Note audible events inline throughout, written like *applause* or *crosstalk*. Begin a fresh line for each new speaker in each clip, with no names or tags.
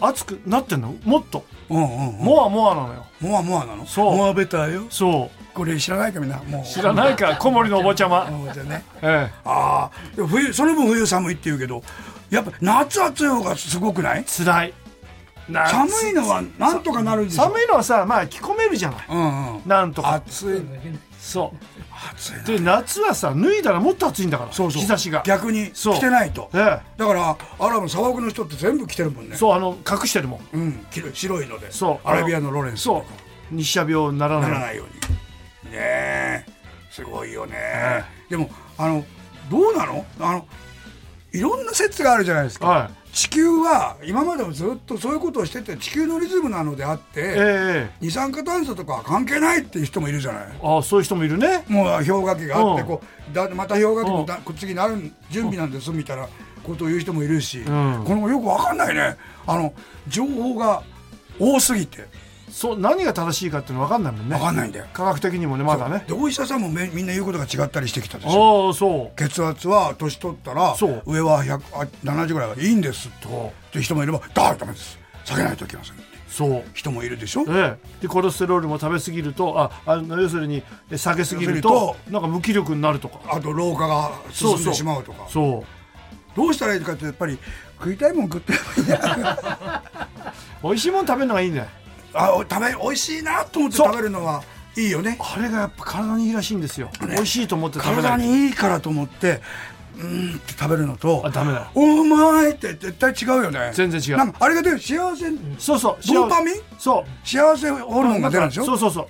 暑くなってんの、もっと。
うんうんうん
もわもわなのよ。
モアモアなの
そう
モアベターよ
そ
これ知らないかみんなもう
う。知らな
*laughs*
いか、小森のおばちゃま。
じゃね
ええ。
ああでも冬その分冬寒いって言うけどやっぱ夏暑い方がすごくない
辛い。な
寒いのはなんとかなるでしょ
寒いのはさ、まあ、着込めるじゃない。
うんうん
なんとか。
暑い
そう。
暑いな
で、夏はさ、脱いだらもっと暑いんだから。
そうそう
日差しが。
逆に
そう
着てないと
え
だからアラブの砂漠の人って全部着てるもんね
え。そう、あの、隠してるもん。
うん着る白いので
そう。
アラビアのロレンス
そう。日射病になら
な
な
ら
い。
ないようにねえすごいよね、でもあのどうなのあのいろんな説があるじゃないですか、
はい。
地球は今までもずっとそういうことをしてて地球のリズムなのであって、
ええええ。
二酸化炭素とかは関係ないっていう人もいるじゃない
あそういう人もいるね
もう氷河期があって
うん
こうだまた氷河期
う
の
ん
だ次なる準備なんですみたいなことを言う人もいるし、
ん
このよくわかんないねあの情報が多すぎて
そう何が正しいかっていうの分かんないもんね
わかんないんだよ
科学的にもねまだね
でお医者さんもめみんな言うことが違ったりしてきたでしょ
ああそ
血圧は年取ったら
そう
上は100あ70ぐらいがいいんです
う
と
そ
って人もいればだダメです下げないといけませんって
うそう
人もいるでしょ
ええ、でコレステロールも食べ過ぎるとああの要するにえ下げ過ぎる
要
と
す
なんか無気力になるとか
あと老化が進んでしまうとか
そう
どうしたらいいかってやっぱり食いたいもん食ってればいいんだよ
美味しいもの食べるのがいいんだよ
あお食べ美味しいなと思って
そう
食べるのはいいよね
あれがやっぱ体にいいらしいんですよ、美味しいと思って食べな
体
い
にいいからと思ってうーんって食べるのと
あダメだ
お前って絶対違うよね
全然違う
なんかあれが出る幸せ
そうそう幸せ
ドーパミン
そう
幸せホルモンが出るんでしょ
そうそうそう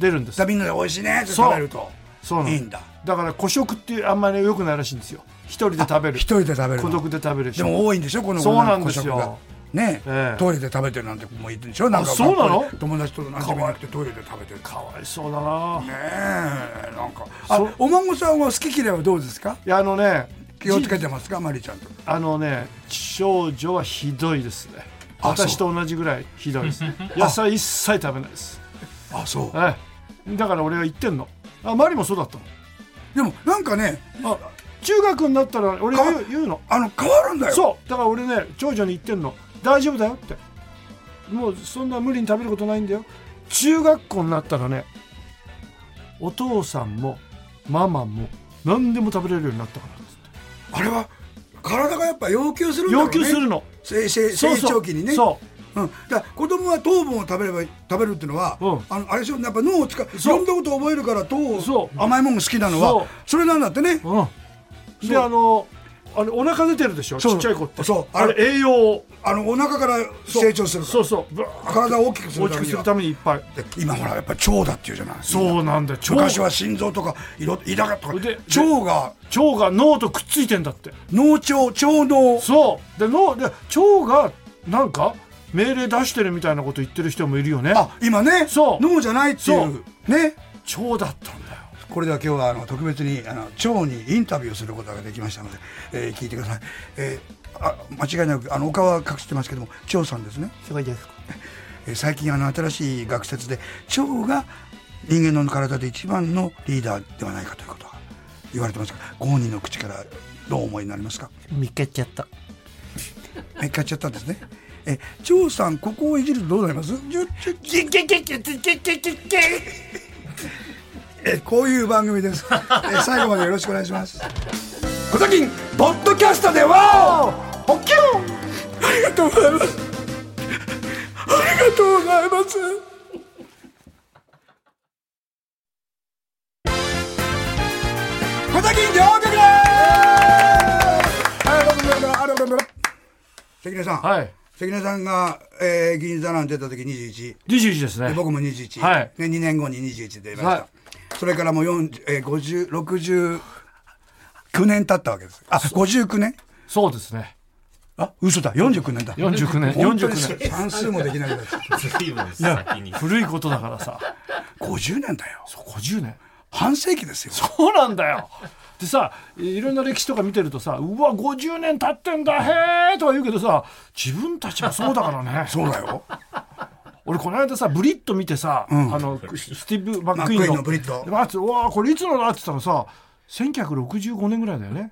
出るんです
だみんなで美味しいねって食べると
そうなの
いいんだ
だから孤食っていうあんまり良くないらしいんですよ一人で食べる
一人で食べるの
孤独で食べる人
でも多いんでしょこの
そうなんですよ
この個食がね
ええ
トイレで食べてるなんて子もいるでしょなんか
あそうなの
学校で友達と何でもなくてトイレで食べてる
かわいそうだな、
ねえなんかあ
そう
お孫さんは好き嫌いはどうですか
いやあのね
気をつけてますかマリちゃんと
あのね少女はひどいですね
あ
私と同じぐらいひどいです *laughs* 野菜一切食べないです
あそう
ええだから俺は言ってんのあマリもそうだったの
でもなんかねあ
中学になったら俺が言
か
う言うの
あの変わるんだよ
そうだから俺ね長女に言ってんの大丈夫だよってもうそんな無理に食べることないんだよ中学校になったらねお父さんもママも何でも食べれるようになったからっつって
あれは体がやっぱ要求するんだろう
要
ね
求するの
成成
そう
成
そう
長期にね、
そう
ん、だから子供は糖分を食べれば食べるっていうのは、
うん
あのあれでしょやっぱ脳を使うい
そう
ろんなこと覚えるから糖
そ
を
う
甘いものが好きなのは
そう
それなんだってね
うん、であのあれお腹出てるでしょ
そう
ちっちゃい子って
そう
あ
あ
れ
れ
栄養を
あのお腹から成長するか
そ
ら
うそうブワー
体を大きくす
大
る
き
た
く
め
す
に
る
は
ためにいっぱい
で今ほらやっぱ腸だっていうじゃない
そうなんだよ腸
昔は心臓とかいろ胃だとか
で
腸が
腸が脳とくっついてんだって
脳腸腸脳
そうで脳で腸がなんか命令出してるみたいなこと言ってる人もいるよね腸
あ今ね
そう
脳じゃないってい
そう
ね
だったんだよ
これでは今日はあの特別にあの腸にインタビューをすることができましたので、えー聞いてください、えーあ間違いなくあのお顔は隠してますけども腸さんですね、
すごいです
えー最近あの新しい学説で腸が人間の体で一番のリーダーではないかということが言われてますがご本人の口からどうお思いになりますか
見っけちゃった
はい買っちゃったんですねえ腸さんここをいじるとどうなりますちょちょちょえこういう番組ですえ最後までよろしくお願いします小崎ボッドキャストではおきゅんありがとうございますありがとうございます上局ですあららららあらららら関根さん、
はい
関根さんが、えー、銀座なんて出た時21
21です
で
ね
僕も21、
はい
ね、2年後に21で出ました、
は
それからもう40えー50 69年経ったわけですあ59年
そうですね
あ嘘だ49年だ
49年
本当
49
に
年
算数もできなくなっちゃった
随分先に。
古いことだからさ
50年だよ
50年
半世紀ですよ
そうなんだよでさいろんな歴史とか見てるとさうわ50年経ってんだへーとか言うけどさ自分たちもそうだから
*laughs*
ね
そうだよ
俺この間さブリット見てさ、
ん
あのスティーブ・マックイー
マックイー
ンの
ンのブリット
でマッツうわーこれいつのだって言ったらさ1965年ぐらいだよね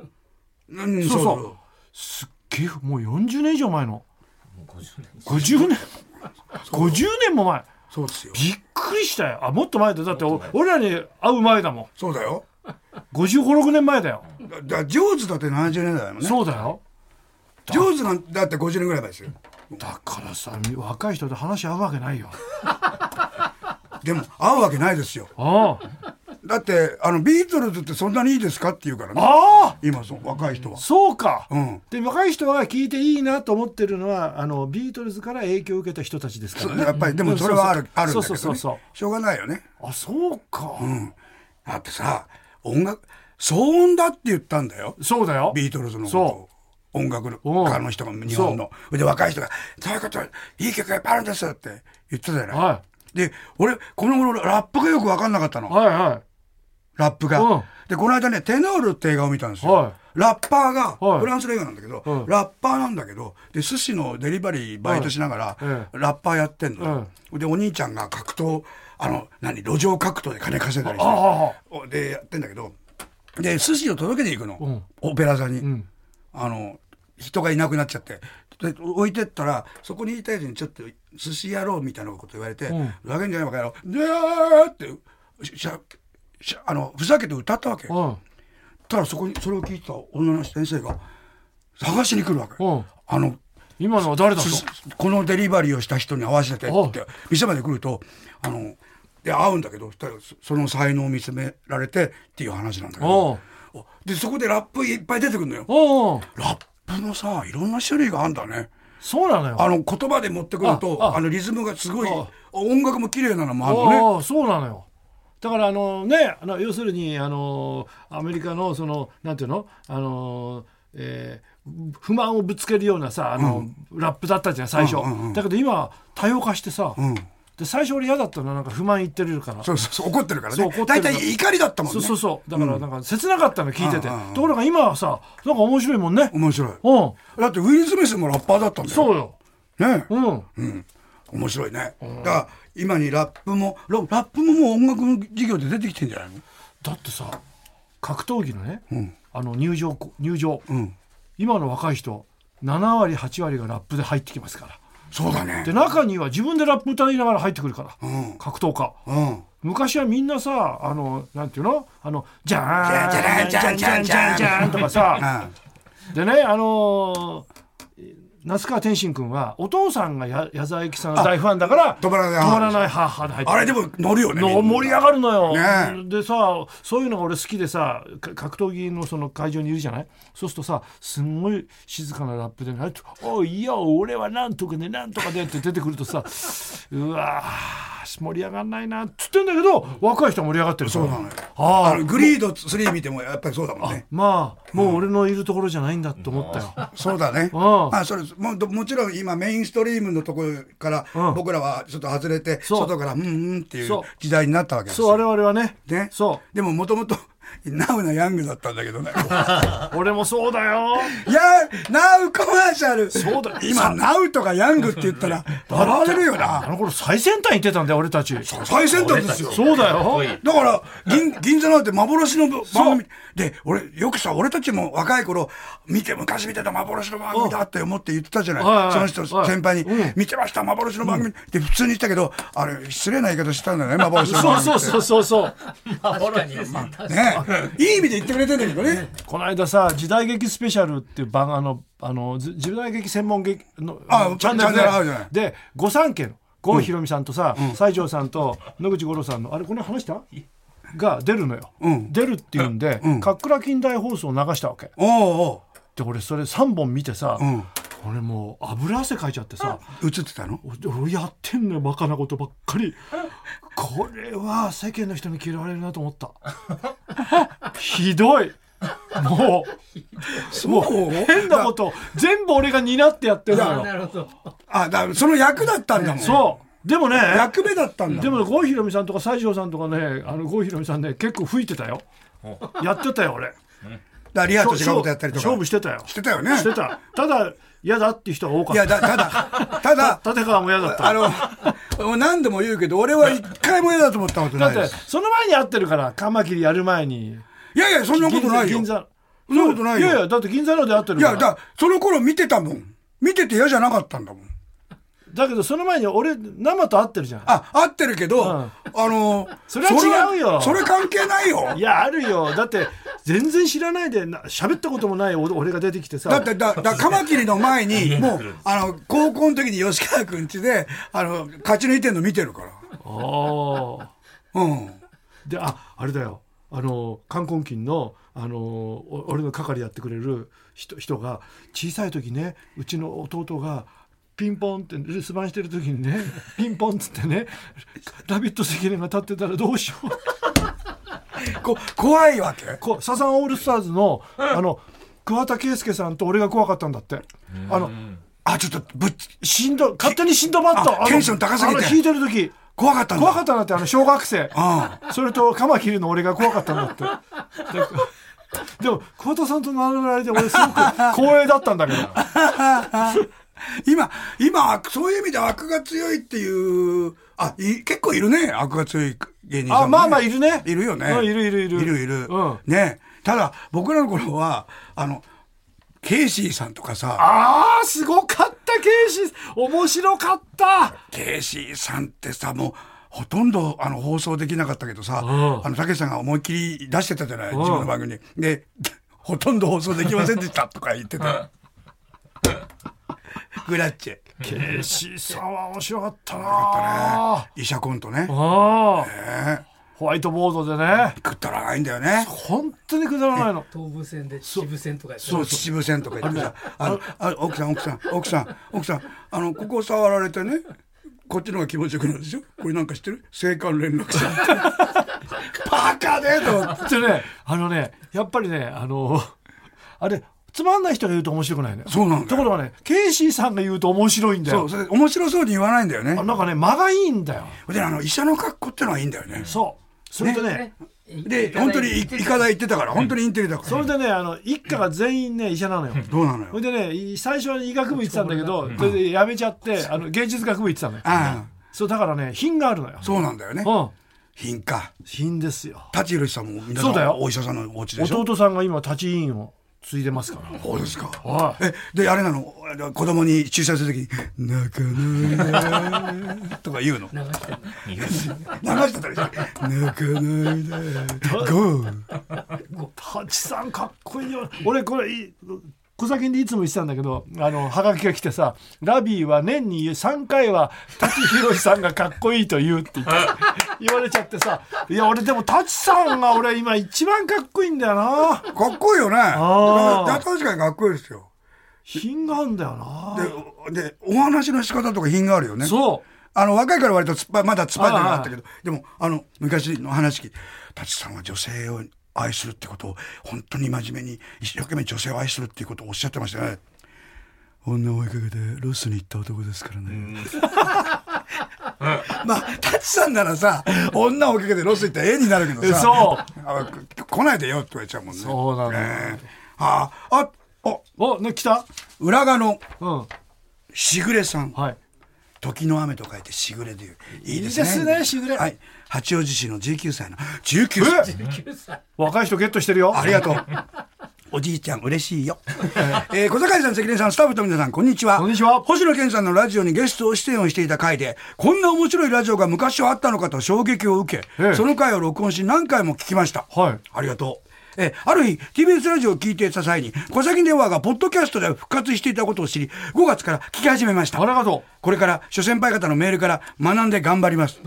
うん
そう
そ
そううすっげえもう40年以上前の50年50年も前
そうですよ
びっくりしたよあもっと前だよだってお俺らに会う前だもん
そうだよ
5 5 6年前だよ、
だだ上手だって70年代だもんね
そうだよ
上手なんだって50年ぐらい前ですよ
だからさ若い人と話合うわけないよ
でも会うわけないですよ
あ
だってあのビートルズってそんなにいいですかって言うから
あ
ね
ああ
今そう若い人は
そうか、
うん
で若い人は聞いていいなと思ってるのはあのビートルズから影響を受けた人たちですか
そ
ら
う
ね
やっぱりでもそれはある,、
うん
あるんだけど、ね、
そうそうそう
しょうがないよね
そうあそうか、
だってさ音楽騒音だって言ったんだよ
そうだよ
ビートルズのこと
そ
を音楽の
うん
家の人が日本ので若い人が「そういうこといい曲がいっぱいあるんです」って言ってたじゃない、
は
で俺この頃ラップがよく分かんなかったの、
いは
ラップが、
うん
でこの間ね「テノール」って映画を見たんですよ、
はい
ラッパーが、
はい
フランスの映画なんだけど、
うん
ラッパーなんだけどで寿司のデリバリーバイトしながら、
はいええ
ラッパーやってんの、でお兄ちゃんが格闘あの何路上格闘で金稼いだりして
あ
おでやってんだけどで寿司を届けていくの、
うん
オペラ座に、
いうん
あの人がいなくなっちゃってで置いてったらそこにいたやつにちょっと寿司やろうみたいなこと言われて「
ん
ふざけんじゃないわけやろ」でーってししゃしゃあのふざけて歌ったわけ、
うん
たらそこにそれを聞いた女の先生が探しに来るわけ、
うん
あの
今のは誰だと
寿司このデリバリーをした人に合わせて
おう
って店まで来るとあので会うんだけどそしたらそその才能を見つめられてっていう話なんだけどおでそこでラップいっぱい出てくるのよ
おうおう
ラップのさいろんな種類があんだね
そうなのよ
あの言葉で持ってくるとあ
ああ
のリズムがすごい
あ
音楽も綺麗なのもあるのね
ああそうなのよだからあのねあの要するにあのアメリカのそのなんていうのあの、えー不満をぶつけるようなさあの、ラップだったじゃん最初、
うんうんうん
だけど今多様化してさ、
うん
で最初俺嫌だったのなんか不満言ってるから
そうそうそう怒ってるから
そう
ね
怒って
大
るから
体怒りだったもん
そ
ね
うそうそうだからなんか切なかったの聞いてて、
うんうんうん
ところが今はさなんか面白いもんね
面白い
うん
だってウィル・スミスもラッパーだったんだよ
そうよ
ね
うん、
うん面白いねだから今にラップもララップももう音楽の授業で出てきてんじゃないの
だってさ格闘技のね、
うん
あの入場入場、
うん
今の若い人7割8割がラップで入ってきますから
そうだね
で中には自分でラップ歌いながら入ってくるから、
うん
格闘家
うん
昔はみんなさあのなんていうのあのじゃ
じゃ
ー
んじ
んじ
ゃ
ゃ
ん
ん
じ
じ
ゃ
ゃ
ん
ん
じ
じ
ゃ
ゃ
んじ
んじ
ゃ
ゃ
ん
んとかさ
あ
でねあのー那須川天心君はお父さんがや矢沢永吉さんの大ファンだから
止まらない
止まらない母で入って
あれでも乗るよねみんな
の盛り上がるのよ、
ね
でさそういうのが俺好きでさか格闘技のその会場にいるじゃないそうするとさすんごい静かなラップでね「おいいや俺はなんとかねなんとかね」って出てくるとさ *laughs* うわー盛り上がんないなっつってんだけど若い人は盛り上がってるから
そうなのよ
あ
あ
あ
のグリード3見てもやっぱりそうだもんね
まあもう俺のいるところじゃないんだと思ったよ、
そうだね。
うん
まあ、それもどもちろん今メインストリームのところから
うん
僕らはちょっと外れて
そう
外からうんうんっていう
そう
時代になったわけです
そう我
よ。
々はね
ね。
そ
でももともとナウなヤングだったんだけどね。 *laughs*
う俺もそうだよ
いやナウコマーシャル。
そうだ
今ナウとかヤングって言った
*laughs*
ら笑われるよ
あ
な。
の頃最先端行ってたんだよ俺たち
最先端ですよ。
そうだよ
い
だから
*laughs*
銀銀座なんて幻の番組で俺よくさ俺たちも若い頃見て昔見てた幻の番組だって思って言ってたじゃない、
はいはい
その人、
はい
先輩に、
うん
見てました幻の番組」って普通に言ったけどあれ失礼な言い方したんだよね幻の
*laughs* そう
番組
そうそうそうそう
ってねいい意味で言ってくれてんだけどね
この間さ時代劇スペシャルっていう番あのあのず時代劇専門劇の
あ
の
チャンネル
で
あるじゃない
で御三家の郷ひろみさんとさ、西条さんと野口五郎さんのあれこの話したが出るのよ、
うん
出るっていうんで
うん
「かっくら近代放送」を流したわけ
おうお
で俺それ3本見てさ、
ううん
俺もう油汗かいちゃってさ、
映ってたの
お俺やってんのよバカなことばっかりこれは世間の人に嫌われるなと思ったひどいもうもう変なこと全部俺が担ってやってるのよ
あだその役だったんだもん
そうでもね
役目だったんだ
で
もん
もね郷ひろみさんとか西条さんとかねあの郷ひろみさんね結構吹いてたよやってたよ俺
だからリアと違うことやったりとか
勝負してたよ
してたよね
してたただ嫌だって人が多か
い
っ
やだただた
*laughs*
だ
た立川も嫌だった
あの何度も言うけど俺は一回も嫌だと思ったこと
だ
ない
って
です
その前に会ってるからカマキリやる前に
いやいやそんなことないよ
銀座
そんなことないよ
やいやだって銀座ので会ってる
い
から
やだその頃見てたもん見てて嫌じゃなかったんだもん
だけどその前に俺生と会ってるじゃん
あ合ってるけど、あの
それは違うよ
それそれ関係ないよ
いやあるよだって全然知らないでな喋ったこともないお俺が出てきてさ
だってだだカマキリの前にもうあの高校の時に吉川君家であの勝ち抜いてんの見てるから
ああ
うん
でああれだよあの冠婚金のあのお俺の係やってくれる人人が小さい時ねうちの弟がピンポンって留守番してる時にねピンポンっつってね「ラビット!」関根が立ってたらどうしよう
こ怖いわけ
こうサザンオールスターズのあの桑田佳祐さんと俺が怖かったんだってあの
あちょっとぶっ
しんど勝手にシンドバッ
あ
ドあの
テンション高すぎて
あの弾いてる時
怖かったんだ
怖かったんだってあの小学生
あ
それとカマキリの俺が怖かったん
*laughs*
だってででも桑田さんと並べられて俺すごく光栄だったんだけど
*laughs* 今今そういう意味で悪が強いっていうあい結構いるね悪が強い芸人さんもね、
あまあまあいるね
いるよね、
うんいるいるいる
いるいる、
うん
ねただ僕らの頃はあのケイシーさんとかさ
ああすごかったケイシ面白かった
ケイシーさんってさもうほとんどあの放送できなかったけどさ
ん
あのたけしさんが思いっきり出してたじゃない
ん
自分の番組にで *laughs* ほとんど放送できませんでしたとか言ってたグラッチェ
ケイシさんは面白かったな
あったね医者コントね
ああ
ね
ホワイトボードでね
食ったらないんだよね
本当にくだらないの
東武線で秩父線とかやって
そう秩父線とか言ってさあのあ奥さん奥さん奥さん奥さんあのここ触られてねこっちの方が気持ちよくなるでしょこれなんか知ってる青函連絡船バカねえと思って
でねあのねやっぱりねあのあれつまんない人が言うと面白くないのよ
そうなんだよ
ところがねケイシーさんが言うと面白いんだ
そう
よ
それ面白そうに言わないんだよね
あなんかね間がいいんだよ
であの医者の格好ってのはいいんだよね
そうそれでね
で本当にい医科大行ってたから本当にインテリだから
それでねあの一家が全員ね医者なのよ
どうなの
それ
よ
でねい最初は医学部行ってたんだけどそれで辞めちゃってあの芸術学部行ってたのよ
あ
そうだからね品があるのよ
あそうなんだよね
うん
品か
品ですよ
舘ひろしさんも皆
そうだ
さん
よ
お医者さんのお家でしょ
弟さんが今立ち院を継いでますから
そうですか
は
えであれなのあの子供に注射するときに「泣かないで」とか言うの流してたりして「泣かないで」「ゴー」
タチさんかっこいいよ俺これい小崎でいつも言ってたんだけどあのハガキが来てさ「ラビーは年に3回は舘ひろしさんがかっこいいと言う」って言って言われちゃってさいや俺でも舘さんが俺今一番かっこいいんだよな
かっこいいよね
あー
だ確かにかっこいいですよ
品があるんだよな
ででお話の仕方とか品があるよね
そ
あの若いから割とつっぱまだつっぱりなかったけどでもあの昔の話聞き舘さんは女性を愛するってことを本当に真面目に一生懸命女性を愛するっていうことをおっしゃってましたね女を追いかけてロスに行った男ですからね *laughs* まあ舘さんならさ女を追いかけてロス行ったら絵になるけどさ
そう
あ来ないでよって言われちゃうもんね
そうなの
ねあああ
うおね来た
浦賀の
うん
しぐれさん
はい
時の雨と書いてしぐれといういいですね
いいですねしぐれ
はい八王子市の19歳の19歳
*laughs* 若い人ゲットしてるよ
ありがとうおじいちゃん嬉しいよ、えー小坂井さん関根さんスタッフと皆さんこんにちは
こんにちは
星野源さんのラジオにゲスト出演をしていた回でこんな面白いラジオが昔はあったのかと衝撃を受け、
ええ
その回を録音し何回も聞きました
はい
ありがとうえーある日 TBS ラジオを聞いていた際に小崎電話がポッドキャストで復活していたことを知り5月から聞き始めました
ありがと
これから諸先輩方のメールから学んで頑張り *laughs* ます。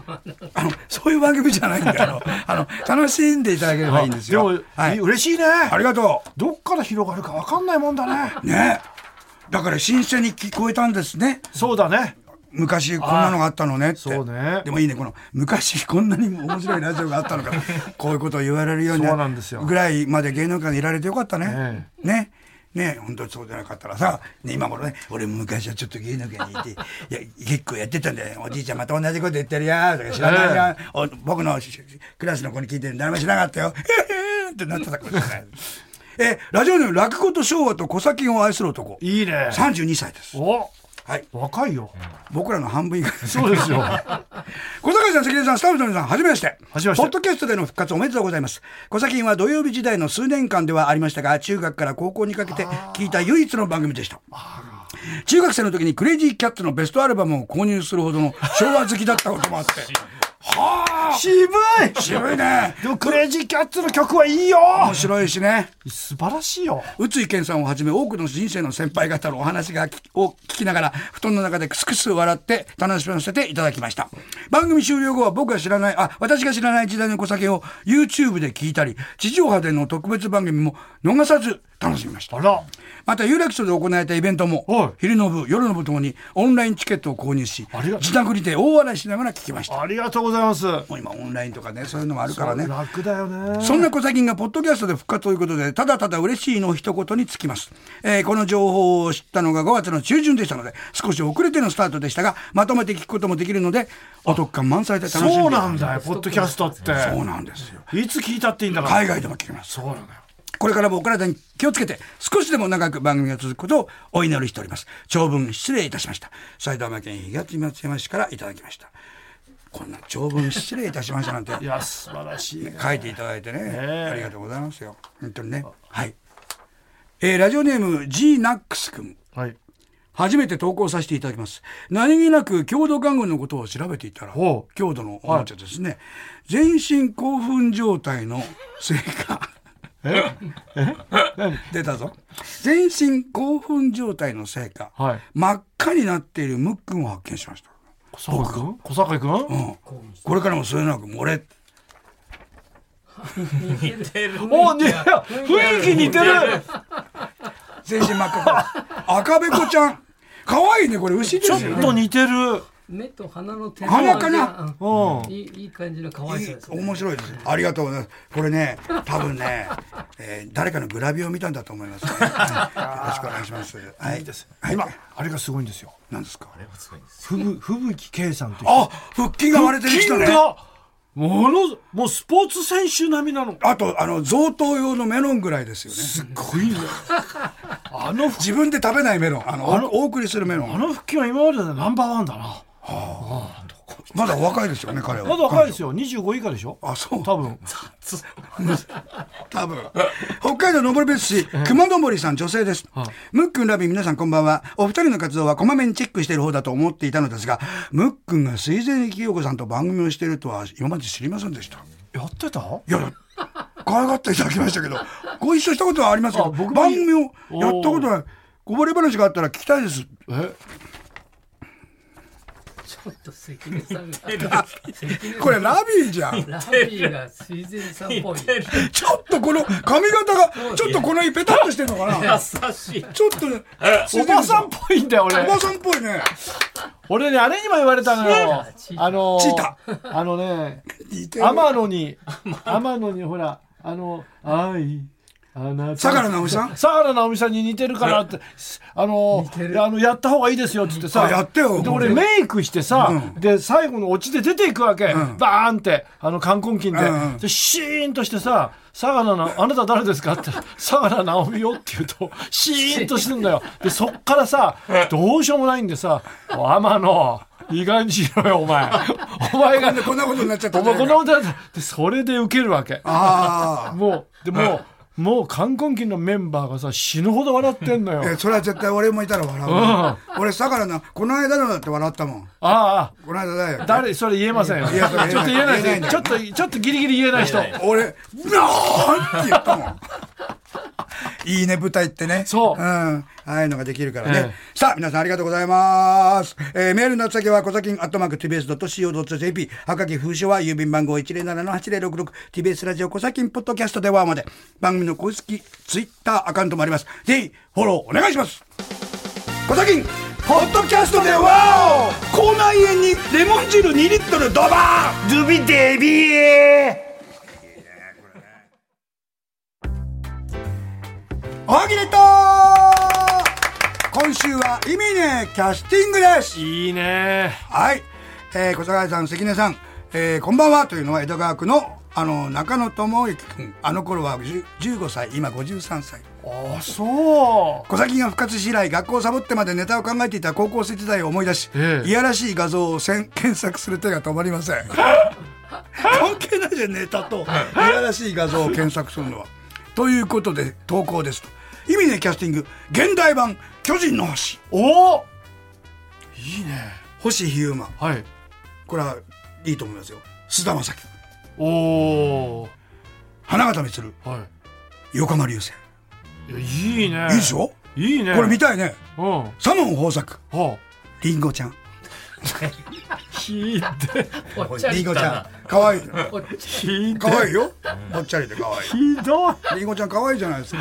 あのそういう番組じゃないんだよ。あの楽しんでいただければいいんですよ。
でも、
はい。
嬉しいね
ありがと
どっから広がるか分かんないもんだね
う。ねえ。だから新鮮に聞こえたんですね。
そうだね
昔こんなのがあったのねって。
そうね
でもいいねこの昔こんなにも面白いラジオがあ
*laughs*
ったのかこういうことを言われるように
そうなんですよ
ぐらいまで芸能界にいられてよかったね
ね。
ね。ね本当にそうじゃなかったらさ、ね、今頃ね俺も昔はちょっと芸能界にいて *laughs* いや結構やってたんだよおじいちゃんまた同じこと言ってるやーとか知らないや、お僕のしクラスの子に聞いて誰も知らなかったよってなってたかもしれない。えラジオネーム落語と昭和と小崎を愛する男
いいね
32歳です。
お
はい
若いよ
僕らの半分以下です
そうですよ
*laughs* 小坂井さん、関根さん、スタッフの皆さん、はじめまして。
はじめまして
ポッドキャストでの復活おめでとうございます。小崎は土曜日時代の数年間ではありましたが、中学から高校にかけて聞いた唯一の番組でした。中学生の時にクレイジーキャッツのベストアルバムを購入するほどの昭和好きだったこともあって。
*laughs*
は
渋い
あ渋いね。
でもクレイジーキャッツの曲はいいよ
面白いしね。
素晴らしいよ
宇津井健さんをはじめ多くの人生の先輩方のお話がきを聞きながら布団の中でクスクス笑って楽しませていただきました番組終了後は僕が知らないあ私が知らない時代の小酒を YouTube で聞いたり地上波での特別番組も逃さず楽しみました
あら
また有楽町で行われたイベントも、
はい
昼の部夜の部ともにオンラインチケットを購入し
ありがとう
自宅にて大笑いしながら聞きました
ありがとうございます
もう今オンラインとかねそういうのもあるからね
楽だよね
そんな小崎がポッドキャストで復活ということで、ただただ嬉しいの一言につきます。えーこの情報を知ったのが5月の中旬でしたので、少し遅れてのスタートでしたが、まとめて聞くこともできるので、お得感満載で楽しんで
そうなん
よ。
だよポッドキャストって
そうなんですよ。
いつ聞いたっていいんだから
海外でも聞けます。
そうなんだよ
これからもお体に気をつけて、少しでも長く番組が続くことをお祈りしております。長文失礼いたしました。埼玉県東松山市からいただきました。こんな長文失礼いたしましたなんて。
いや素晴らしいね
書いていただいてね、
え
ありがとうございますよ本当にねはい、えーラジオネーム G ナックス君
はい
初めて投稿させていただきます何気なく郷土玩具のことを調べていたら
ほ
郷
う
土のおもちゃですね、全身興奮状態の成果
え
出たぞ全身興奮状態の成果、
はい
真っ赤になっているムックンを発見しました、
小坂君小坂君、
うん、これからもそれなく漏れ
似てる
おね雰囲気似てる
全身真っ赤
*laughs*
です赤べこちゃん可愛いねこれ牛です
ちょ
よ
っ
ね
と似てる、
目と鼻の手
鼻かな
うん
いいいい感じの可愛さですね
面白いです。ありがとうございます。これね、多分ね、えー誰かのグラビアを見たんだと思い
*laughs*
ます、ね。よろしくお願いします。はい、いです。はい、
今あれがすごいんですよ
なんですか。
ふぶ吹雪圭さんっていう人
あ、腹筋が割れてる人ね
腹。筋がものもうスポーツ選手並みなの
あと、あの贈答用のメロンぐらいですよね。
すっご
*laughs*
いんだよあの腹
自分で食べないメロン、あの、
あの
おお送りするメロ
あ
ン。
の腹筋は今まででナンバーワンだな
まだお若いですよね、彼は。
まだ若いですよ25以下でしょ
あそう *laughs*
多分
多分北海道登別
*laughs*
市熊登さん女性です、ムックンラビー皆さんこんばんはお二人の活動はこまめにチェックしている方だと思っていたのですがムックンが水前清子さんと番組をしているとは今まで知りませんでした
やってた
いや可愛がっていただきました
*laughs*
けどご一緒したことはありますけど
あ僕も
番組をやったことないこぼれ話があったら聞きたいです
え
ちょっと関根さんが関根
これラビーじゃん
ラビーが水前さんっぽい
ちょっとこの髪型がちょっとこの辺ペタッとしてるのかな
優しい
ちょっと
おばさんっぽいんだよ
お
俺
ばさんっぽいね
俺ねあれにも言われたのよ
チーター
あの
チータ
あのね
似てる
天野に天野にほらあの「愛あなた」
相良直美さん
相良直美さんに似てるからってあの
似てる
あのやった方がいいですよっつってさ
あやってよ
で俺メイクしてさ、
う
で最後のオチで出ていくわけ、
ん
バーンってあの冠婚金で,、
うんうん
でシーンとしてさ相良なあなた誰ですかって相良直美よって言うとシーンとしてんだよでそっからさどうしようもないんでさ「お天野意外にしろよお前お前が
こんなことになっちゃった
お前こんなことやったでそれで受けるわけ
ああ
もうでももう冠婚金のメンバーがさ死ぬほど笑ってんのよ
えそれは絶対俺もいたら笑うわ。俺、だからな、この間のだって笑ったもん。
ああ
この間だよ。
誰それ言えませんよ
いやそれ言えない
ちょっと言えない
言えないん
で
だ
ちょっとちょっとギリギリ言えない人
言えな
俺、ブラーンって言ったもん。 *laughs* いいね、舞台ってね。
そう
うん。ああいうのができるからね。
ええ
さあ、皆さんありがとうございます。えーメールの宛先は、小崎アットマーク tbs.co.jp。赤木風書は、郵便番号 107-8066tbs ラジオ小崎ポッドキャストではまで。番組の公式ツイッターアカウントもあります。ぜひ、フォローお願いします。小崎ポッドキャストでは、口内炎にレモン汁2リットルドバー
ドゥビデビー
大喜利と今週は意味ねキャスティングです
いいね
はい、えー、小坂井さん関根さん、えー、こんばんはというのは江戸川区のあの中野智之君あの頃は10 15歳今53歳
あそう
小崎が復活し以来学校をサボってまでネタを考えていた高校生時代を思い出し、
ええ
いやらしい画像をせん検索する手が止まりません関係ないじゃんネタといやらしい画像を検索するのはということで投稿ですと意味ねキャスティング現代版「巨人の星
お
星飛雄馬
はい」
これはいいと思いますよ菅田将暉
おお
花形光
は
横浜流星
いいやいいね
いいでしょ
いいね
これ見たいね
うんは
サモン豊作
あ
リンゴちゃん
聞いて
ぽっちゃ
リン
り
ゴちゃんかわいい
ぽっち
聞い
か
て
わいいよぽっちゃりでかわいい
ひどい
リンゴちゃん可愛いじゃないですか。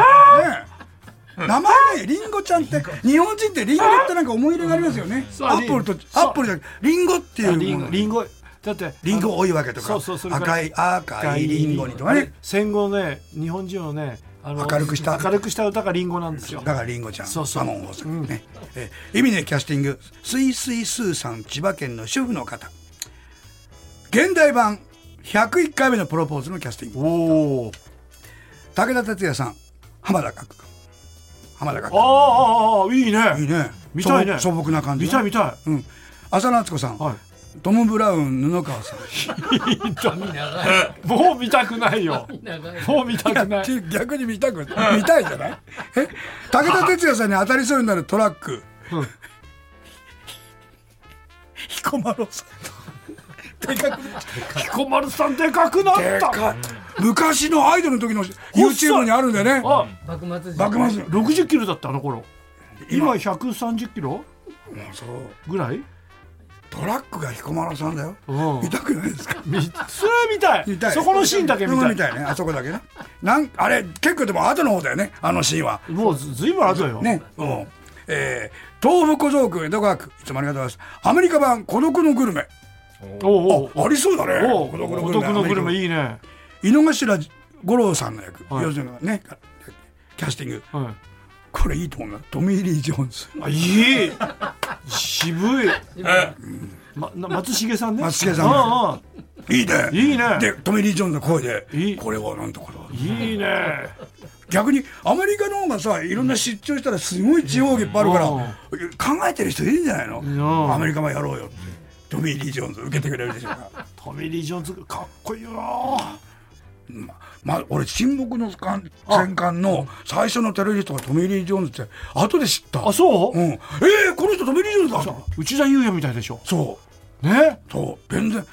ね。名前ね、リンゴちゃんって、日本人ってリンゴってなんか思い入れがありますよね。
*laughs* そう
アップルと、アップルじゃなくてリンゴってい
あ
う
リン
も
ゴ
の。
リンゴだって
リンゴ多いわけとか
そうそうそ、れから
赤い、赤いリンゴにとかね。
戦後ね日本人をねあの
明るくした
明るくした歌がリンゴなんですよ
だからリンゴちゃん、
そうそ
サ
う
モン大阪ね。えー意味ね、キャスティング、スイスイスーさん、千葉県の主婦の方。現代版、101回目のプロポーズのキャスティング。
おー
武田鉄矢さん、浜田岳君。浜田岳
あーあーあーいい
君。い
ね
いね。
見たいね
素朴素朴な感じね。
見たい見た
うん。浅野敦子さん、
いは
トム・ブラウン、布川
*laughs*
さん。
髪長い
いもう見たくないよ
長い
もう見たくない
逆に見たく、見たいじゃ
*laughs*
ないえ武田鉄矢さんに当たりそうになるトラック。彦摩呂さん。でかくなっ
彦丸さんでかくなった
でか昔のアイドルの時の YouTube にあるんだよね。
あ
幕末時代
幕末の。
六十キロだったあの頃今百三十キロ
そう。
ぐらい
トラックが彦摩呂さんだよ。
うん
見たくないですか
みそれは見たい
見たい。
そこのシーンだけ見
そこ
た
見
い
たいね。あそこだけね。なんあれ、結構でも後の方だよね。あのシーンは。
もうずずいぶん後よ
ね、うん、えー、東北小僧区江戸川区、いつもありがとうございます。アメリカ版孤独のグルメ。
おうおう
あ、ありそうだね。
おう
孤独の
お
グルメ。
得のグルメ
アメリ
いいね
カ井の頭五郎さんの役、
はい
要するにね、キャスティング。
はい
これいいと思うな。トミー・リー・ジョーンズ。
あいい渋い、ま、な松重さんね
松重さん
あ
いいね。
いいね
で、トミー・リー・ジョーンズの声で、
いい
これはなんとかだ。
あいいね
逆にアメリカの方がさいろんな出張したらすごい地方劇いっぱいあるから、
うん
考えてる人いるんじゃないの、
ん
アメリカもやろうよってトミー・リー・ジョーンズ受けてくれるでしょうか
トミー・リー・ジョーンズかっこいいよな
ままあ俺沈黙の戦艦の最初のテロリストがトミー・リー・ジョーンズって後で知った
あそう、
う、ん、えー、この人トミー・リー・ジョーンズだと
内田裕也みたいでしょ
そう
ね
そう全然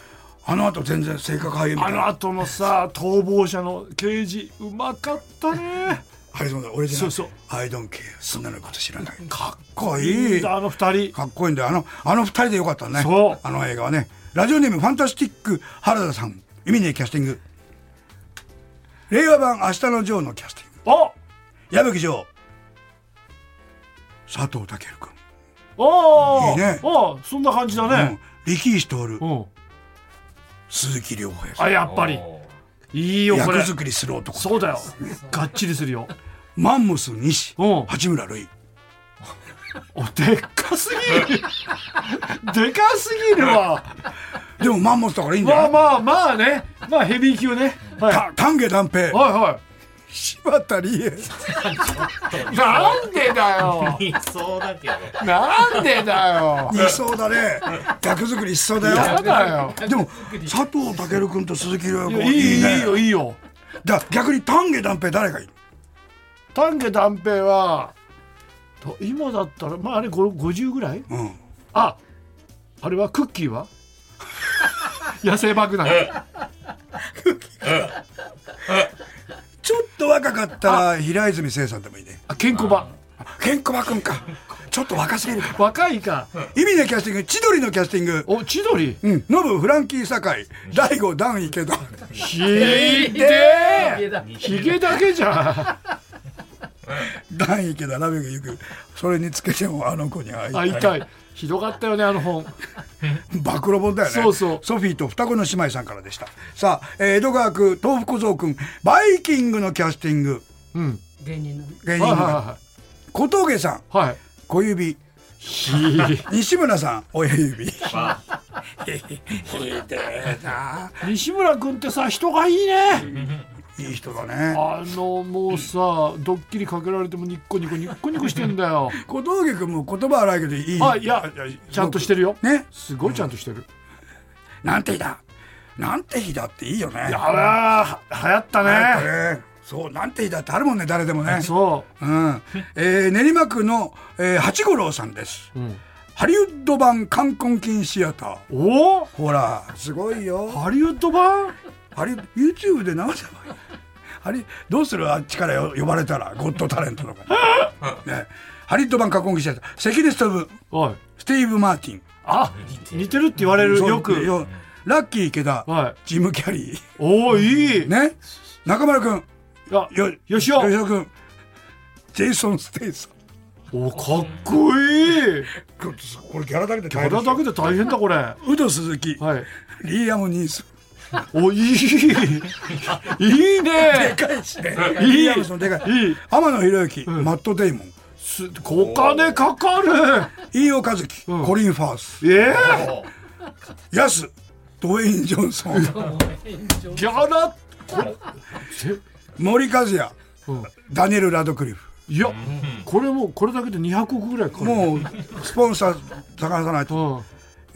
あの後全然性格早いみた
あ
い
の
な
後のさ逃亡者の刑事うまかったね
ハリソンだ俺じゃない
そうそう
アイドンケアそんなのこと知らないかっこいい
あの二人
かっこいいんだよあのあの二人でよかったね
そう
あの映画はねラジオネームファンタスティック原田さん意味ねえキャスティング令和版「明日のジョー」のキャスティング
あ
矢吹城佐藤健君、
あ
いいね
あそんな感じだ
うん
ね、
力石徹
うん
鈴木亮平さん
あやっぱりいいよこれ
役作りする男
そうだよがっちりするよ
マンモス西
うん
八村塁
おでっかすぎるでかすぎる *laughs* わ
でもマンモスだからいいんじゃな
まあ
い、
まあまあねまあヘビー級ねはい
た丹下段平
はいは
柴田理恵
*laughs* いなんでだよ
いそうだけど。
なんでだよ
いそうだね役作りしそうだ
や
よ
だよ
でも佐藤健君と鈴木亮
い
平
や
君
いい
いい
よい
ね
いよいいよ
だから逆に丹下段平誰がいる
丹下断平はと今だったらまああれご50ぐらい
うん。
ああれはクッキーは *laughs* 野生爆弾
ちょっと若かったら平泉成さんでもいいね。
あケンコバ
あケンコバ君か。ちょっと若すぎるか。
若いか
意味のキャスティング、千鳥のキャスティング。
お千鳥
うん、ノブ、フランキー、酒井、大悟、ダン、池田。
ひでえ
だ
ひげだけじゃ
*laughs* ダン、池田、ラベグ、ゆく。それにつけてもあの子に会いた
会
い。
いたいひどかったよねあの本
暴露本だよね。
そうそう
ソフィーと双子の姉妹さんからでした。さあ、えー江戸川区、豆腐小僧君、バイキングのキャスティング、
うん
芸人の
芸人
は
が、
いは
小峠さん、
いはいはい
小指、
ひ
西村さん、親指。 *laughs* ひでえな。
西村君ってさ人がいいね
いい人だね。
あのもうさドッキリかけられてもニッコニコニッコニコしてんだよ
小峠君も言葉荒いけどいい。
あいやちゃんとしてるよ
ね。
すごいちゃんとしてる
なんて日だ。なんて日だっていいよね。
やばー流行った
なん
ね
かねそう、なんて日だってあるもんね、誰でもね。
そ
うん。えー、練馬区の、えー、八五郎さんです。
う、うん、
ハリウッド版冠婚金シアター。
おお
ほら、すごいよ。
ハリウッド版
ハリ、YouTube で流せばいい。ハリ、どうするあっちからよ呼ばれたら、ゴッドタレントと
*laughs*
か。ね。ハリウッド版冠婚金シアター。関根勤、
おい
スティーブ・マーティン。
あ似てるって言われる
そう
よく
よラッキー池田、
はい
ジム・キャリ
おおいい
ー。ね。中村君、
あ
よ、
よしお
吉尾君、ジェイソン・ステイさん。
おかっこいい
これギャラだけで
キャラだけで大変だこれは
ウド鈴木、
い
リーアム・ニース
おいい *laughs* いいねいい
リーアムソンでかい
いい
天野博之、マット・デイモン
すお金かかる
飯尾和樹、
うん
コリン・ファース
ええ
ヤスドウェイン・ジョンソン
ギャラこれ
森和也、
うん
ダニエル・ラドクリフ
いやこれもうこれだけで200億ぐらいかかる
もうスポンサー探さないと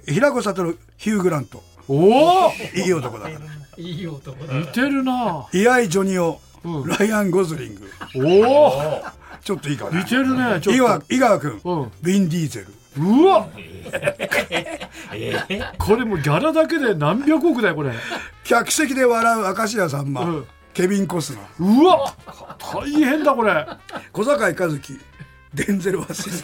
うん
平子悟ヒュー・グラント
おお
いい男だから
いい男だ
似てるな
イアイ・ジョニオ、
うん
ライアン・ゴズリング
おお
ちょっといいかな
似てるねち
井
ょっ
川井川君、
と
ヴィン・ディーゼル
うんうわこれもうギャラだけで何百億だよこれ
客席で笑う明石家さんま、
うん
ケビン・コスナー
うわ大変だこれ
小坂井一樹デンゼル・ワシン *laughs*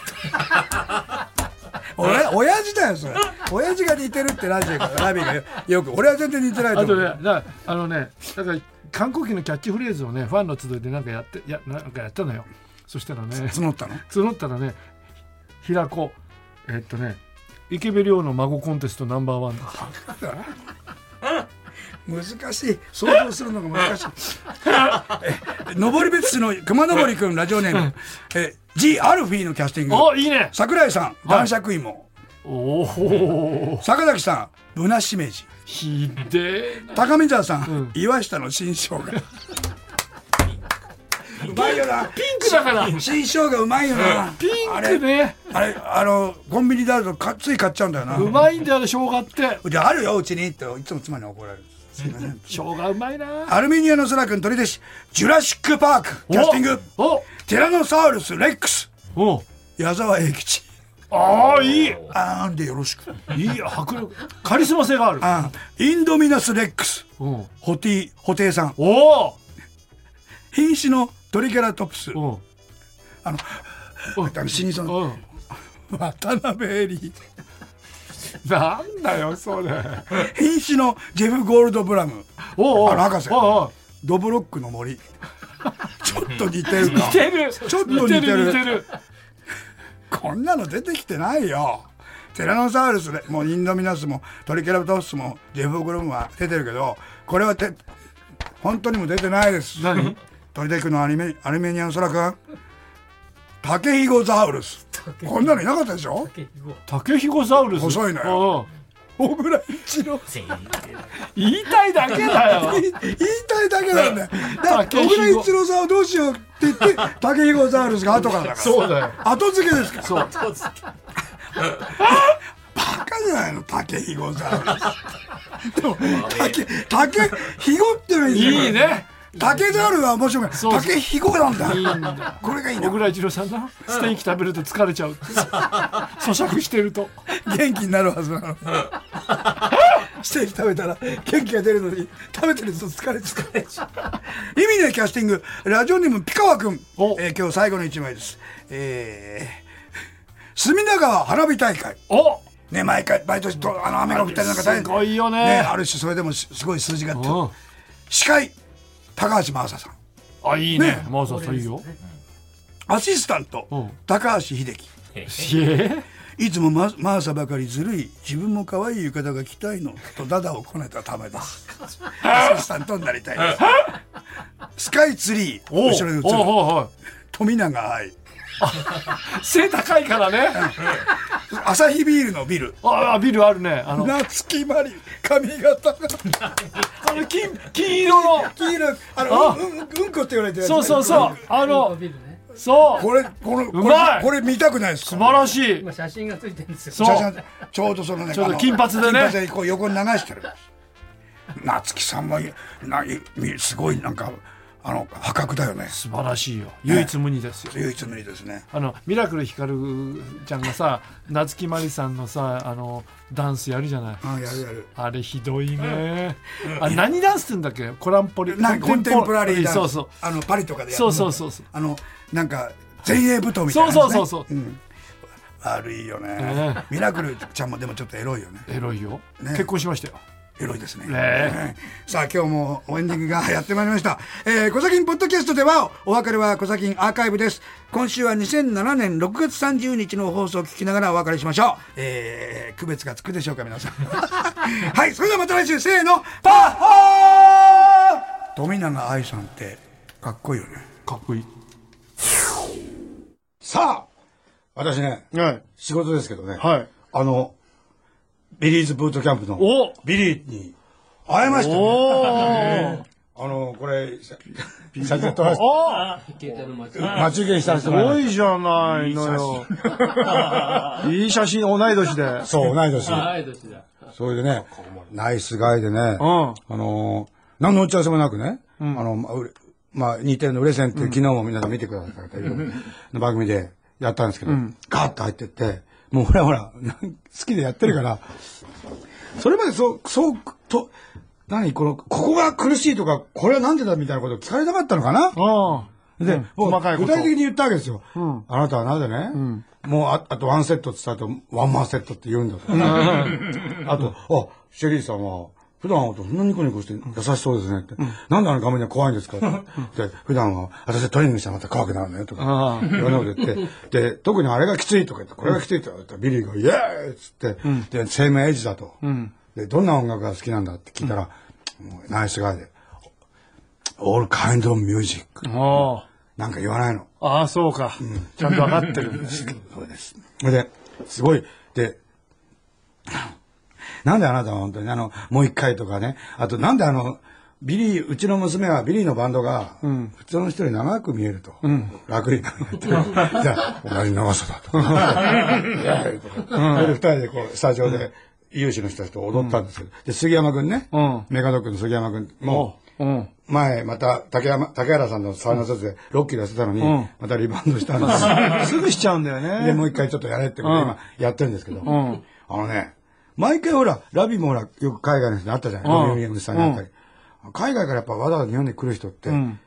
トン俺親父だよそれ親父が似てるってラジオからラビがよよく俺は全然似てないと
あ
思
と
う
ねなあのねだから韓国機のキャッチフレーズをねファンの集いでなんかやってやなんかやったのよそしたら
*laughs*
ね
募ったの
募ったらね平子えっとね池部亮の孫コンテストナンバーワ
*laughs*
ンだ
難しい想像するのが難
*laughs*
しいえ登別市の熊登り君ラジオネームえ G アルフィーのキャスティング
おいいね
桜井さん男爵芋
おお
坂崎さんぶなしめじ
ひでえな
高見沢さん、
うん
岩下の新生姜うまいよな
ピンクだからピ
新生姜うまいよな、あ
ン
れ
クね
あれあのコンビニであるとかつい買っちゃうんだよな
うまいんだよね生姜って
じゃああるようちにっていつも妻に怒られるすいません
生姜うまいな
アルミニアの空くん鳥弟子ジュラシック・パークキャスティング
お
ティラノサウルス・レックス
おお
矢沢永吉
ああいい
あーんでよろしく
いい迫力カリスマ性がある
あーインドミナス・レックス
うん
ホティホテイさん
おお
瀕死のトリケラトプス
うん
あの
うん
あの死にそうな
うん
渡辺エリー
なんだよそれ。
瀕死のジェフ・ゴールドブラム
おうおう。
あの博士
おうおう
ドブロックの森 *laughs* ちょっと似てるか
似てる。
ちょっと似てる
似てる。
こんなの出てきてないよ。ティラノサウルスでもうインドミナスもトリケラトプスもジェフ・グロムは出てるけどこれはて本当にも出てないです
何？
鳥でくのアニメアルメニアの空くんタケヒゴザウルスこんなのいなかったでし
*laughs*
ょ
結構
タケヒゴサウルス。
細いのよ
おうおう。
小倉一郎
言いたいだけだよ。
言いたいだけ
*laughs*
なんだよだ
竹
小
ひ
倉
ご
一郎さんをどうしようって言ってタケヒゴザウルスが後からだから
そうだよ。
後付けですから
そう。
バカじゃないの竹ひ
*laughs*
ごザウルスでも竹竹ひごってのいい
いいね。
竹ザルは面白くない。
そう
竹彦なんだ。
いいんだ
これがいいな
小。倉一郎さんなステーキ食べると疲れちゃ
*laughs*
うって咀嚼してると
元気になるはずなの。ステーキ食べたら元気が出るのに食べてると疲れちゃう。意味ないキャスティング、ラジオネームピカワ君。
お
えー今日最後の一枚です。えー、隅田川花火大会。
お
ね、毎回、毎年ど、あの、雨が降ったりなんか大変。
すごいよね
ある種、それでもすすごい数字があって。
うん
司会、高橋真麻さん。
あいいね
ね
マーサさんいいよ
アシスタント、
うん
高橋秀樹。
いえ
いつもママーサばかりずるい自分も可愛い浴衣が着たいのとダダをこねたためです。アシスタントになりたいです。スカイツリー
お
後ろに映る
おおお
富永愛
背高いからね
アサヒビールのビル
ああビルあるねあの
夏木マリ髪型が
あの金金色の
黄色いあ
あ
のうんうんうんこって言われてるやつ
そうそうそうあの
ビルね
そう
これこれこ
う
れ
まい
これ見たくないですか
素晴らしい
今写真がついてるんですよ
そう
茶々ちょうどそのね
ちょうど
あの
金髪でね
金髪でこう横に流してる夏木さんもいないすごいなんかあの破格だよね
素晴らしいよ唯一無二ですよ
唯一無二ですね
あのミラクルひかるちゃんがさ夏木マリさんのさあのダンスやるじゃない
あやるやる
あれひどいねあ何ダンスって言うんだっけコランポリ
なんかコンテンポラリーだ
そうそう
あのパリとかでやる
そうそうそうそう
あのなんか前衛舞踏みたいな、ね、、
そうそうそうそうん
悪いよね、
ね
ミラクルちゃんもでもちょっとエロいよね
エロいよ、
ね
結婚しましたよ
エロいですね
ね
さあ今日もエンディングが *laughs* やってまいりました「えー、小崎ポッドキャスト」ではお別れは小崎アーカイブです今週は2007年6月30日の放送を聞きながらお別れしましょう、えー、区別がつくでしょうか皆 *laughs* さんはいそれではまた来週せーのパッホー富永愛さんってかっこいいよね
かっこいい
さあ私ね
はい
仕事ですけどね、
はい
あのビリーズブートキャンプの
お
ビリーに会えましたね
おー
*laughs* あのこれさ写真撮らせて
あ
携帯の街
待ち受けにした
す
人
ご
が
いじゃないのよいい写真同い年でうん
そう同い年
はい年だ
それでねナイスガイでねあ
あ
の何の打ち合わせもなくね、あのまあうれまあ似てるの売れ線っていう昨日も皆さん見てくださったような番組でやったんですけど、ガーッと入ってってもうほらほらなん好きでやってるからそれまでそうそうと何このここが苦しいとかこれはなんでだみたいなこと聞かれなかったのかな
あ
で、もう
細かいこと
具体的に言ったわけですよ。あなたはなぜね、もうああとワンセットって言った後、ワンマンセットって言うんだと。 *laughs* あと、あ、シェリーさんは、普段はそんなニコニコして優しそうですねって。なんであの画面には怖いんですかって。で普段は、私トレーニングしたらまた怖くなるのよとか、いろんなこと言って。で、特にあれがきついとか言って、これがきついとか言ったら、ビリーが、イエーイっつって、で、生命エイジだと。で、どんな音楽が好きなんだって聞いたら、もうナイスガイで、All kind of music。
あ
なんか言わないの。
ああそうか、ちゃんと分かってるん
*laughs*
だ
そうです。それで、すごい、で、なんであなたは本当にあの、もう一回とかね、あとなんであの、ビリー、うちの娘はビリーのバンドが、普通の人より長く見えると。楽になる *laughs* って。じゃあ、同じ長さだ *laughs* と。いやいやとかそれで二人でこう、スタジオで、有志の人たちと踊ったんですけど、で、杉山くんね、
うん
メガドックの杉山くんも、
うん
前、また竹山、竹原さんのサウナ説で6キロ痩せたのに、
ん
またリバウンドしたんですよ。
す
*laughs*
ぐしちゃうんだよ
で、
ね
もう一回ちょっとやれってこと
う
で
ん
今やってるんですけど、
ん
あのね、毎回ほら、ラビもほら、よく海外の人に会ったじゃない、
うん
ロビー・ウィリアムズさんに会ったり。海外からやっぱわざわざ日本に来る人って、
ん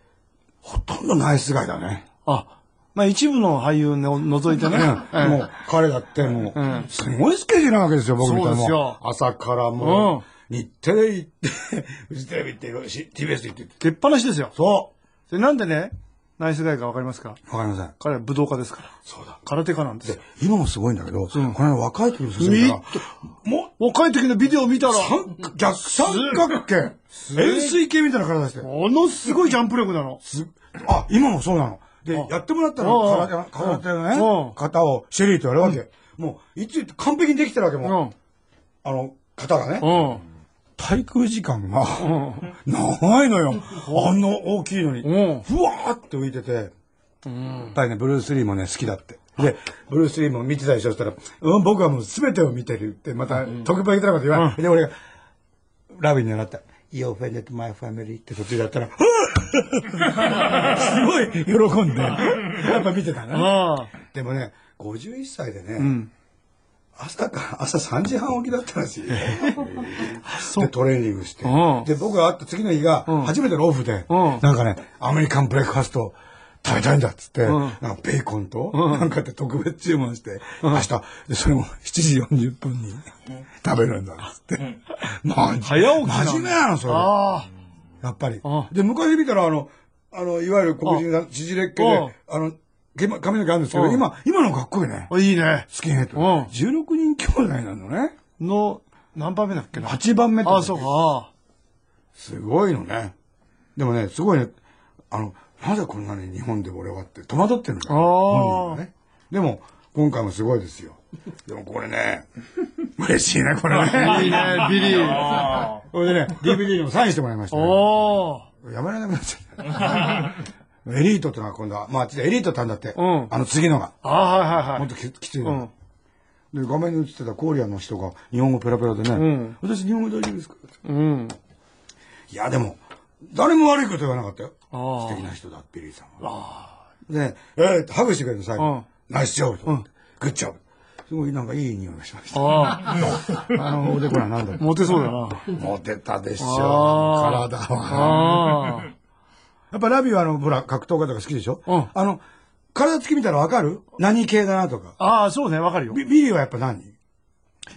ほとんどナイスガイだね。
あまあ一部の俳優の除いてね、
うんもう彼だってもう、すごいスケジュールなわけですよ、僕みたい
そう
な
ですよ
もう朝からもう、日テレ行って、フジテレビ行って、し TBS 行って。
出っ放しですよ
そ
でなんでねナイスガイかわかりますか
うわかりません。
彼は武道家ですから
そうだ。
空手家なんですよ
で、今もすごいんだけど、この間若い時の写真から、もう、
若い時のビデオ見たら
三逆三角形円錐形みたいな体して
ものすごいジャンプ力なの
すあ今もそうなのでやってもらったら
うん
空手の空手の
う
ね
ん
型をシェリーとやるわけもういつ完璧にできてるわけ
う
もうんあの型がね
うん
滞空時間が *laughs*
うん
長いのよあんな大きいのにふ
うん
わーって浮いててやっぱりねブルース・リーもね好きだってでブルース・リーも見てたでしょそしたら「うん僕はもう全てを見てる」ってまた特別なこと言わないで俺がラビーに習った「 You offended my family って途中だったら、 *laughs*
すごい喜んで。あ
やっぱ見てたね。
あ。
でもね、51歳でね、
うん。
朝か、朝3時半起きだった
*laughs*
らしいよ。
そ
で、
う。
トレーニングして
うん。
で、僕が会った次の日が、
うん
初めてのオフで、
うん
なんかね、アメリカンブレックファスト食べたいんだっつって、
ん
なんかベーコンと、
うん
なんかって特別注文して、明日、でそれも7時40分に食べるんだっつって。まあ、
早起きなんだ
真面目なの、それ。
あ
やっぱり
あ。
で、昔見たら、あの、あの、いわゆる黒人が縮れっけ
うん
で、あの、毛ま髪の毛あるんですけ
う
ど、
ん
今、今のかっこいいね。
あ。いいね。
スキンヘッド。
うん
16人兄弟なのね。
の、何番目だっけな。
8番目とか
ああ、そうか。あ
すごいのね。でもね、すごいね、あの、なぜこんなに日本で俺はって戸惑ってるんだよ。
あー
本人がね。でも、今回もすごいですよ。でもこれ
*laughs*
ね、嬉しいね、これ
あ。いい
ね。
ね、ビリー。
これでね、DVD にもサインしてもらいました、ね。
おー。
やめられなくなっちゃった。エリートってのは今度は、まあ、エリートってなんだって、
ん
あの次のが、
ああ、はいはいはい。
もっとききついの
う
が、
ん。
で画面に映ってたコリアの人が日本語ペラペラでね、
ん
私日本語大丈夫ですか
うん。
いやでも誰も悪いこと言わなかったよ
あ
素
ー
敵な人だビリーさんはでえーってハグしてくれるの最後、ナイスジョブと思って、グッジョブすごいなんかいい匂いがしました
あ
あのおでこらなんだ
あ。モテそうだな。
モテたでしょ
あー
体は
ああ。
やっぱラビはあのほら格闘家とか好きでしょ、
うん
あの体つき見たらわかる何系だなとか
ああ、そうね、わかるよ。
ビビリーはやっぱ何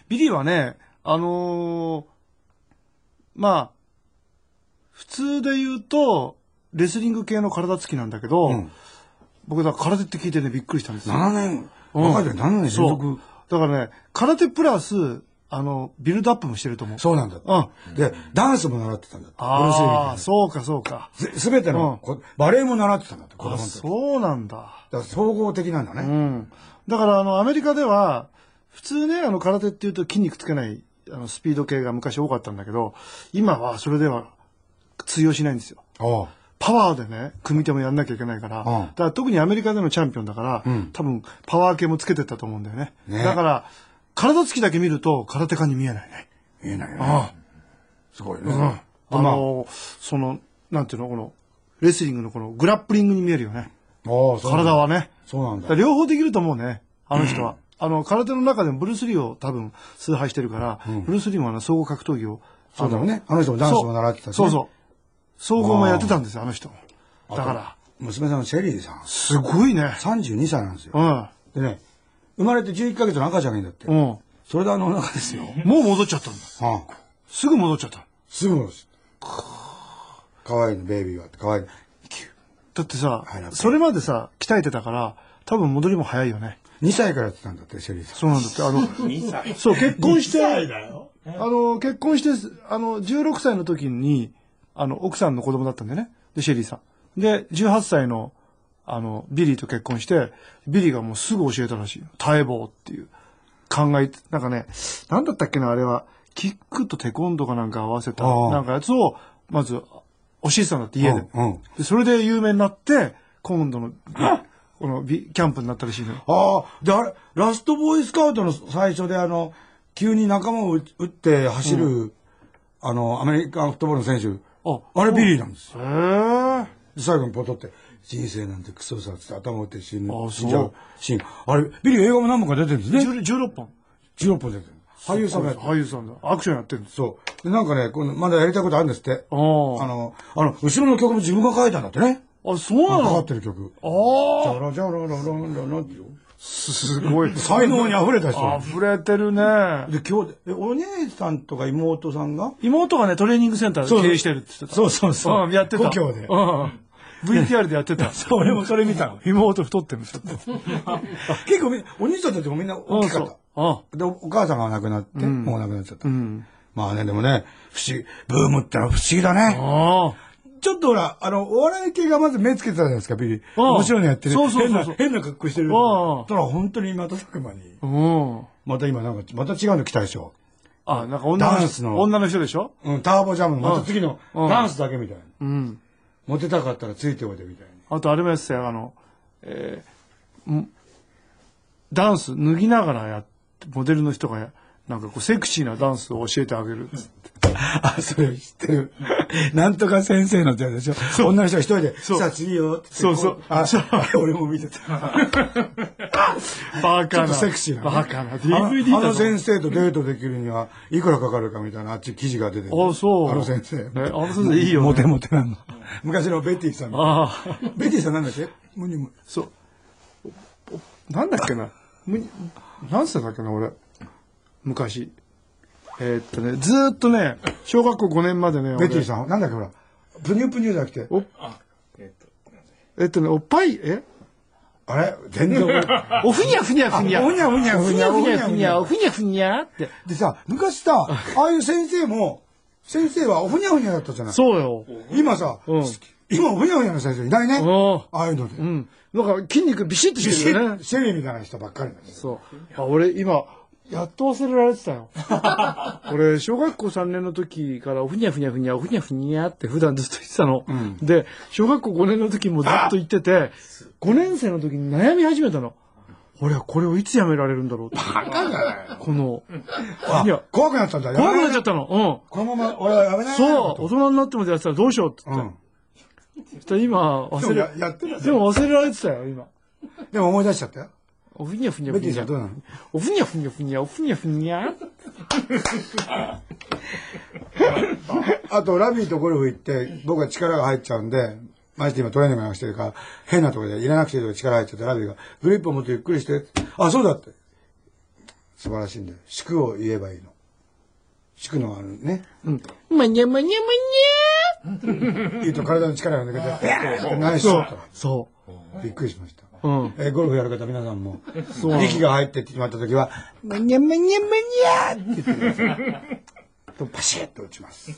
ビリーはね、あのーまあ、普通で言うと、レスリング系の体つきなんだけど、
うん
僕だから空手って聞いてね、びっくりしたんですよ。
7年
うん
若い時7年連
そ
続
う。だからね、空手プラス、あの、ビルドアップもしてると思う。
そうなんだって
うん。
で、ダンスも習ってたんだって。ブルース・リーみ
ああ、そうか、そうか。
たいな。すべて
うん
のこ、バレエも習ってたんだって、子供
あ
の時。だか
そうなんだ。
ら総合的なんだ
う
ね。
ん。だから、あの、アメリカでは、普通ね、あの、空手っていうと筋肉つけない、あの、スピード系が昔多かったんだけど、今はそれでは通用しないんですよ。
ああ。
パワーでね、組み手もやんなきゃいけないから、
うん
だから特にアメリカでのチャンピオンだから、多分パワー系もつけてったと思うんだよね。
ね
だから、体つきだけ見ると空手家に見えないね。
言えないよね。すごいね。
あ
でまあ
の、その、なんていうの、この、レスリングのこのグラップリングに見えるよね。
ああ、そうなんだ
体は。ね。
そうなん
だ
だ
から。両方できると思うね、あの人は。あの、空手の中でもブルース・リーを多分崇拝してるから、ブルース・リーもあの、総合格闘技を、
そうだよね。あの人もダンスも習ってたしね。
そうそうそう。総合もやってたんですよ、あの人も。
あ
だ
と
から、。
娘さんのシェリーさん。
すごいね。
32歳なんですよ
う。
で
ん。
ね、生まれて11ヶ月の赤ちゃんがいるんだって
うん。。も
それであのお腹ですよ。
う戻っちゃったんだ。
ああ。
すぐ戻っちゃった。
すぐ戻す。かわいいの、ベイビーはって。かわいい。
だってさ
はいな、
それまでさ、鍛えてたから、多分戻りも早いよね。
2歳からやってたんだって、シェリーさん。
そうなんだって、あの、そう、結婚して、あの、結婚して、あの、16歳の時に、あの、奥さんの子供だったんだよね。で、シェリーさん。で、18歳の、あの、ビリーと結婚して、ビリーがもうすぐ教えたらしいよ。耐え棒っていう。考えて、なんかね、なんだったっけな、あれは、キックとテコンドーかなんか合わせた、
ああ
なんかやつを、まず、教えてたんだって、家で。
うんうん
でそれで有名になって、今度の、このビ、キャンプになったらしいのよ。
ああ、で、あれ、ラストボーイスカウトの最初で、あの、急に仲間を打打って走る、あの、アメリカンフットボールの選手、
あ
あれビリーなんですよ。
へえ。
で最後にポトって、人生なんてクソさっつって頭打って死ぬ
ああ
死んじゃ
そう
うシーン。あれ、ビリー映画も何本か出てるんですね。
16 16本。
16本出てる。俳優さんがやってる
俳優さんだ。アクションやってるんです。
そう。で、なんかね、このまだやりたいことあるんですって。
あ
あ
ー
の、あの、後ろの曲も自分が書いたんだってね。
あ、そうな
かか
の
ってる曲。
ああ。
じゃらじゃらららららってよ
すごい。
才能に溢れた人。
溢れてるね。
で、今日で、えお姉さんとか妹さんが
妹がね、トレーニングセンター経営してるって言ってた。
そうそうそう。
ん、やってた。
故郷で。
うん。VTR でやってた。
俺 *laughs* もそれ見たの。
妹太ってるんですよ。
結構みんな、お兄さんたちもみんな大きかっ
あ
た。で、おお母さんが亡くなって、もう亡くなっちゃった。
ん
まあね、でもね、不思議、ブームってのは不思議だね。
あ。
ちょっとほら、あの、お笑い系がまず目つけてたじゃないですか、ビリー。
うん
面白いのやってる。
そうそうそうそう
変な、変な格好してる。
んうん
たら本当にまたく間に。
うん。
また今なんか、また違うの来たでしょ。
あ、なんか女の
ダンス
人、
の
女の人でしょ
うん、ターボジャム、また次の、
うん
ダンスだけみたいな。
うん。
モテたかったらついておいでみたいな。
あとあれもやってたよ、あの、えーんダンス脱ぎながらやって、モデルの人がやなんかこうセクシーなダンスを教えてあげるっつって。あ、それ知ってる。なんとか先生のってやつでしょ。女の人が一人で、
う
さあ次よって
そうそう
こあ、 *laughs* 俺も見
*laughs*
てた。
バー
ちょ
カーな。
っとセクシーな。
バーカーな。
あ
DVD
のあ
だ
の
ぞ。
先生とデートできるには、いくらかかるかみたいな、あっち記事が出てる。
あそう
あの先生。
ねあの先生いいよね
モテモテなの。昔のベティさんみたいな。
ああ。
ベティさんなんだっけむにむ。そう。おおなんだっけな。むに、何歳だっけな、俺。昔。えーっとね、ずーっとね、小学校5年までね、
ベティ
ん。
さん、なんだっけほら、プニュプニュじゃなくて、
おえーっとね、おっぱい、え
あれ全然覚えてない
おふにゃふにゃふにゃ。
おにゃおにゃおにゃ
お
お
ふ
に
にゃ
ゃ
ふ
お
に
に
ゃ、
ゃ
おふにゃふにゃって。
でさ、昔さ、ああいう先生も、先生はおふにゃふにゃだったじゃない。
そうよ。
今さ、
うん
今おふにゃふにゃの先生いないね。
うん
ああいうので。
うん。なんか筋肉ビシッと
ビ
し
シ
てるよ
ッ
ね。
シェリーみたいな人ばっかりなんです
そう。あ、俺今、やっと忘れられて
*laughs*
たよ。俺、小学校3年の時から、おふにゃふにゃふにゃ、おふにゃふにゃって普段ずっと言ってたの。で、小学校5年の時もずっと言ってて、5年生の時に悩み始めたの。俺はこれをいつやめられるんだろうって。この、
あ
いや
怖くなったんだ
怖くなっちゃ
ゃ
ったの。
このまま俺はやめ
う。
なんい
そう、大人になってまでやってたらどうしようって
う
言って
ん。。
そしたら今、
で
忘
も
れ
や、やってる
でも忘れられてたよ、今。
でも思い出しちゃったよ。
おふにゃふにゃ
ベ
ふ
テ
に
ィさ
ゃ
んどう。なの
おふにゃふにゃふにゃ、おふにゃふにゃ。
あと、ラビーとゴルフ行って、僕は力が入っちゃうんで、まして今トレーニングなんかしてるから、変なところでいらなくていいとこ力入っちゃって、ラビーが、グリップを持ってゆっくりして、あ、そうだって。素晴らしいんだよ。宿を言えばいいの。宿のあのね、
まにゃまにゃまにゃ
言うと体の力が抜けて、ビャーってナイスショット
そ
びっくりしました。
う。うん。
えーゴルフやる方皆さんも、
うなの
息が入ってって決まった時は、
まにゃまにゃまにゃ
*laughs* とパシッと打ちます。